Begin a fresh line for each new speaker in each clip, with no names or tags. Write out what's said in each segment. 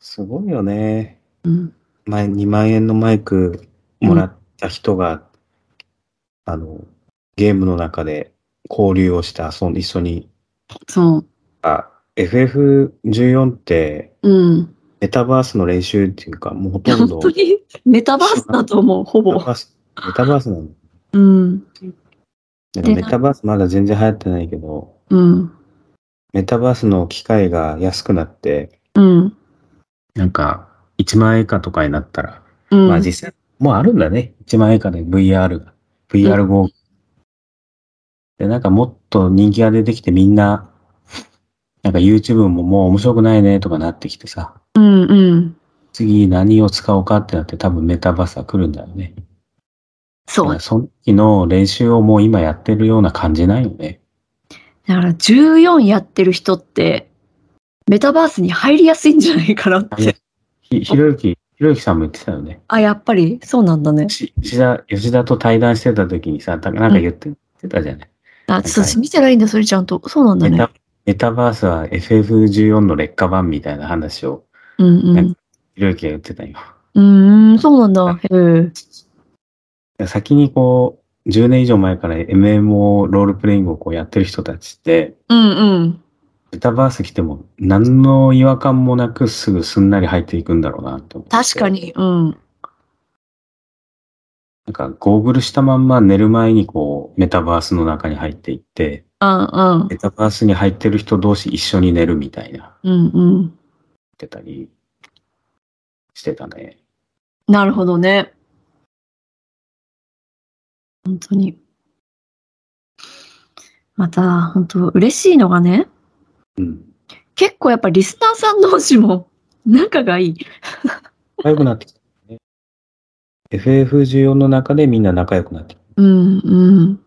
すごいよね。
うん。
前、2万円のマイクもらった人が、あの、ゲームの中で交流をした、その一緒に、
そう。
あ FF14 って
うん。
メタバースの練習っていうか、もうほとんど
本当
メ
にメタバースだと思う、ほ
タ
ぼ。
バース、メタバースなの。
うん。
なんかメタバースまだ全然流行ってないけど、
うん。
メタバースの機械が安くなって、
うん。
なんか、1万円以下とかになったら、
うん。
まあ実際、もうあるんだね。1万円以下で VR が。VR 号、で、なんかもっと人気が出てきてみんな、なんか YouTube ももう面白くないねとかなってきてさ、
うんうん。
次何を使おうかってなって多分メタバースは来るんだよね。だ
そ
か
う
ら。その時の練習をもう今やってるような感じないよね。
だから14やってる人って、メタバースに入りやすいんじゃないかなっ
いや
て。
ひひろゆき、ひろゆきさんも言ってたよね。
あ、やっぱりそうなんだね。
し吉田、吉田と対談してた時にさ、たなんか言って,、言ってたじゃない。
あ、
い
ちょっと見てないんだ、それちゃんと。そうなんだ
メ
ね
タ。メタバースは FF14 の劣化版みたいな話を
うんう
なん
ん。
ひろゆきが言ってたよ。
うーん、そうなんだ。へえ。
先にこう、10年以上前から MMO ロールプレイングをこうやってる人たちって、
うんうん。
メタバース来ても何の違和感もなくすぐすんなり入っていくんだろうなって思って。
確か。に。うん。
なんかゴーグルしたまんま寝る前にこう、メタバースの中に入っていって、
あん
メタバースに入ってる人同士一緒に寝るみたいな、言っ
うん。うんうん。
てたりしてたね。
なるほどね。本当に。また、本当嬉しいのがね、
うん。
結構やっぱリスナーさん同士も仲がいい。
仲良くなってきた、ね。FF14 の中でみんな仲良くなってきた。
うん、うん。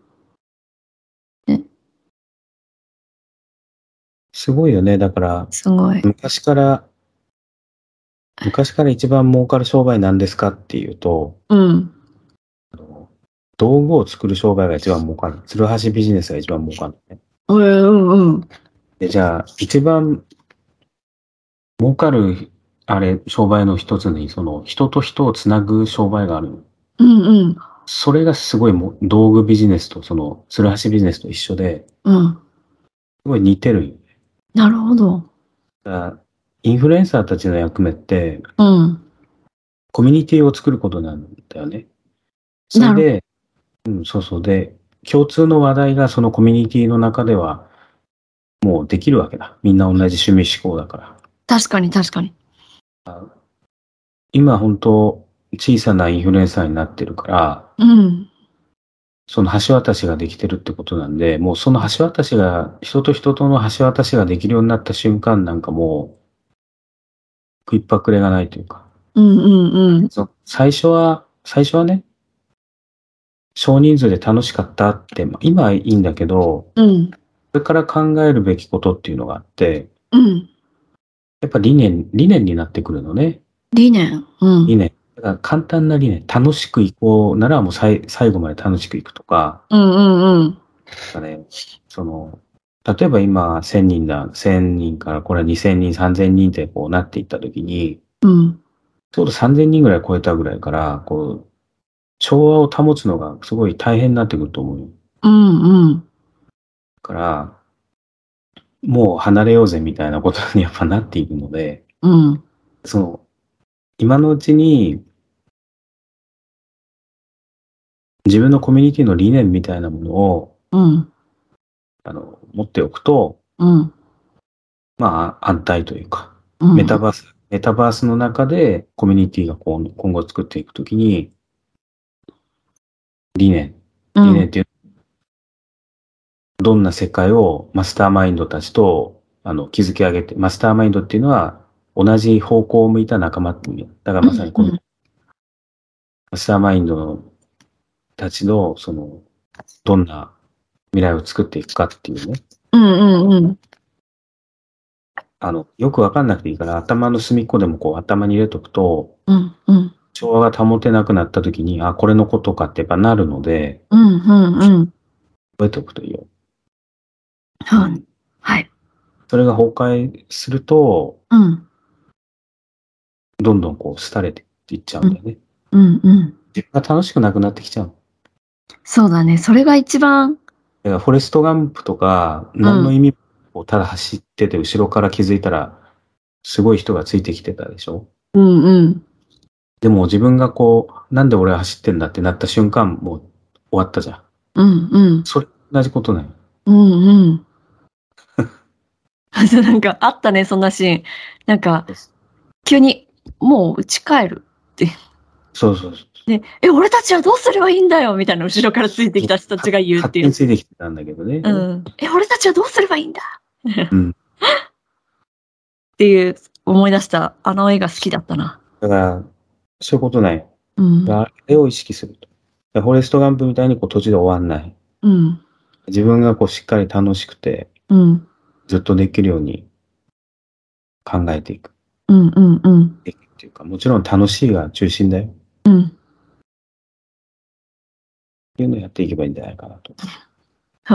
すごいよね。だから、
すごい。
昔から、昔から一番儲かる商売なんですかっていうと、
うん。
道具を作る商売が一番儲かる。ツルハシビジネスが一番儲かる、ね。
えーうん、うん。
で、じゃあ、一番儲かる、あれ、商売の一つに、その、人と人をつなぐ商売があるの。
うん、うん。
それがすごいもう道具ビジネスと、その、ツルハシビジネスと一緒で、
うん。
すごい似てるよね。
なるほど。
だからインフルエンサーたちの役目って、
うん。
コミュニティを作ることなんだよね。そ
なる
れで、うん、そうそう。で、共通の話題がそのコミュニティの中では、もうできるわけだ。みんな同じ趣味思考だから。
確かに、確かに。
今本当、小さなインフルエンサーになってるから、
うん。
その橋渡しができてるってことなんで、もうその橋渡しが、人と人との橋渡しができるようになった瞬間なんかもう、食いっぱくれがないというか。
うん、うん、うん。
そう最初は、最初はね、少人数で楽しかったって、まあ今はいいんだけど、
うん。
これから考えるべきことっていうのがあって、
うん。
やっぱ理念、理念になってくるのね。
理念。うん。
理念。だから簡単な理念。楽しくいこうならもうさい最後まで楽しくいくとか、
うん、うん、うん。
なんかね、その、例えば今1000人だ、1000人からこれ2000人、3000人ってこうなっていったときに、
うん。
ちょうど3000人ぐらい超えたぐらいから、こう、調和を保つのがすごい大変になってくると思うよ。
うん、うん。
から、もう離れようぜみたいなことにやっぱなっていくので、
うん。
その、今のうちに、自分のコミュニティの理念みたいなものを、
うん。
あの、持っておくと、
うん。
まあ、安泰というか、
うん
メタバース、メタバースの中でコミュニティがこう今後作っていくときに、理念、
う
理念っ
ん。
ていう、どんな世界をマスターマインドたちとあの築き上げて、マスターマインドっていうのは同じ方向を向いた仲間っていう意味だからまさにこ
うんう
の、マスターマインドのたちの、その、どんな未来を作っていくかっていうね、
うん、うん、うん。
あの、よくわかんなくていいから頭の隅っこでもこう頭に入れとくと、
うん、うん、
調和が保てなくなった時に、あ、これのことかってやっぱなるので、
うん、うん、うん。
覚えておくといいよ。
はい。はい。
それが崩壊すると、
うん。
どんどんこう、廃れていっちゃうんだよね。
うんうん。
自分が楽しくなくなってきちゃう。
そうだね。それが一番、
だから、フォレストガンプとか、何の意味も、ただ走ってて、後ろから気づいたら、すごい人がついてきてたでしょ
うんうん。
でも自分がこう、なんで俺は走ってんだってなった瞬間、もう終わったじゃん。
うんうん。
それ、同じことない。
うんうん。そうなんか、あったね、そんなシーン。なんか、急に、もう家帰る。
そうそうそう。
で、え、俺たちはどうすればいいんだよみたいな、後ろからついてきた人たちが言うっ
勝手
ていう
に。ついてきてたんだけどね。
うん。え、俺たちはどうすればいいんだ
うん
っていう、思い出した、あの映画好きだったな。
だから、そういうことない。
うん。
あれを意識すると。だからフォレストガンプみたいにこう途中で終わんない。
うん。
自分がこうしっかり楽しくて、
うん。
ずっとできるように考えていく。
うん。うん。うん。
できるっていうか、もちろん楽しいが中心だよ。っ
嗯うん。
ていうのをやっていけばいいんじゃないかなと。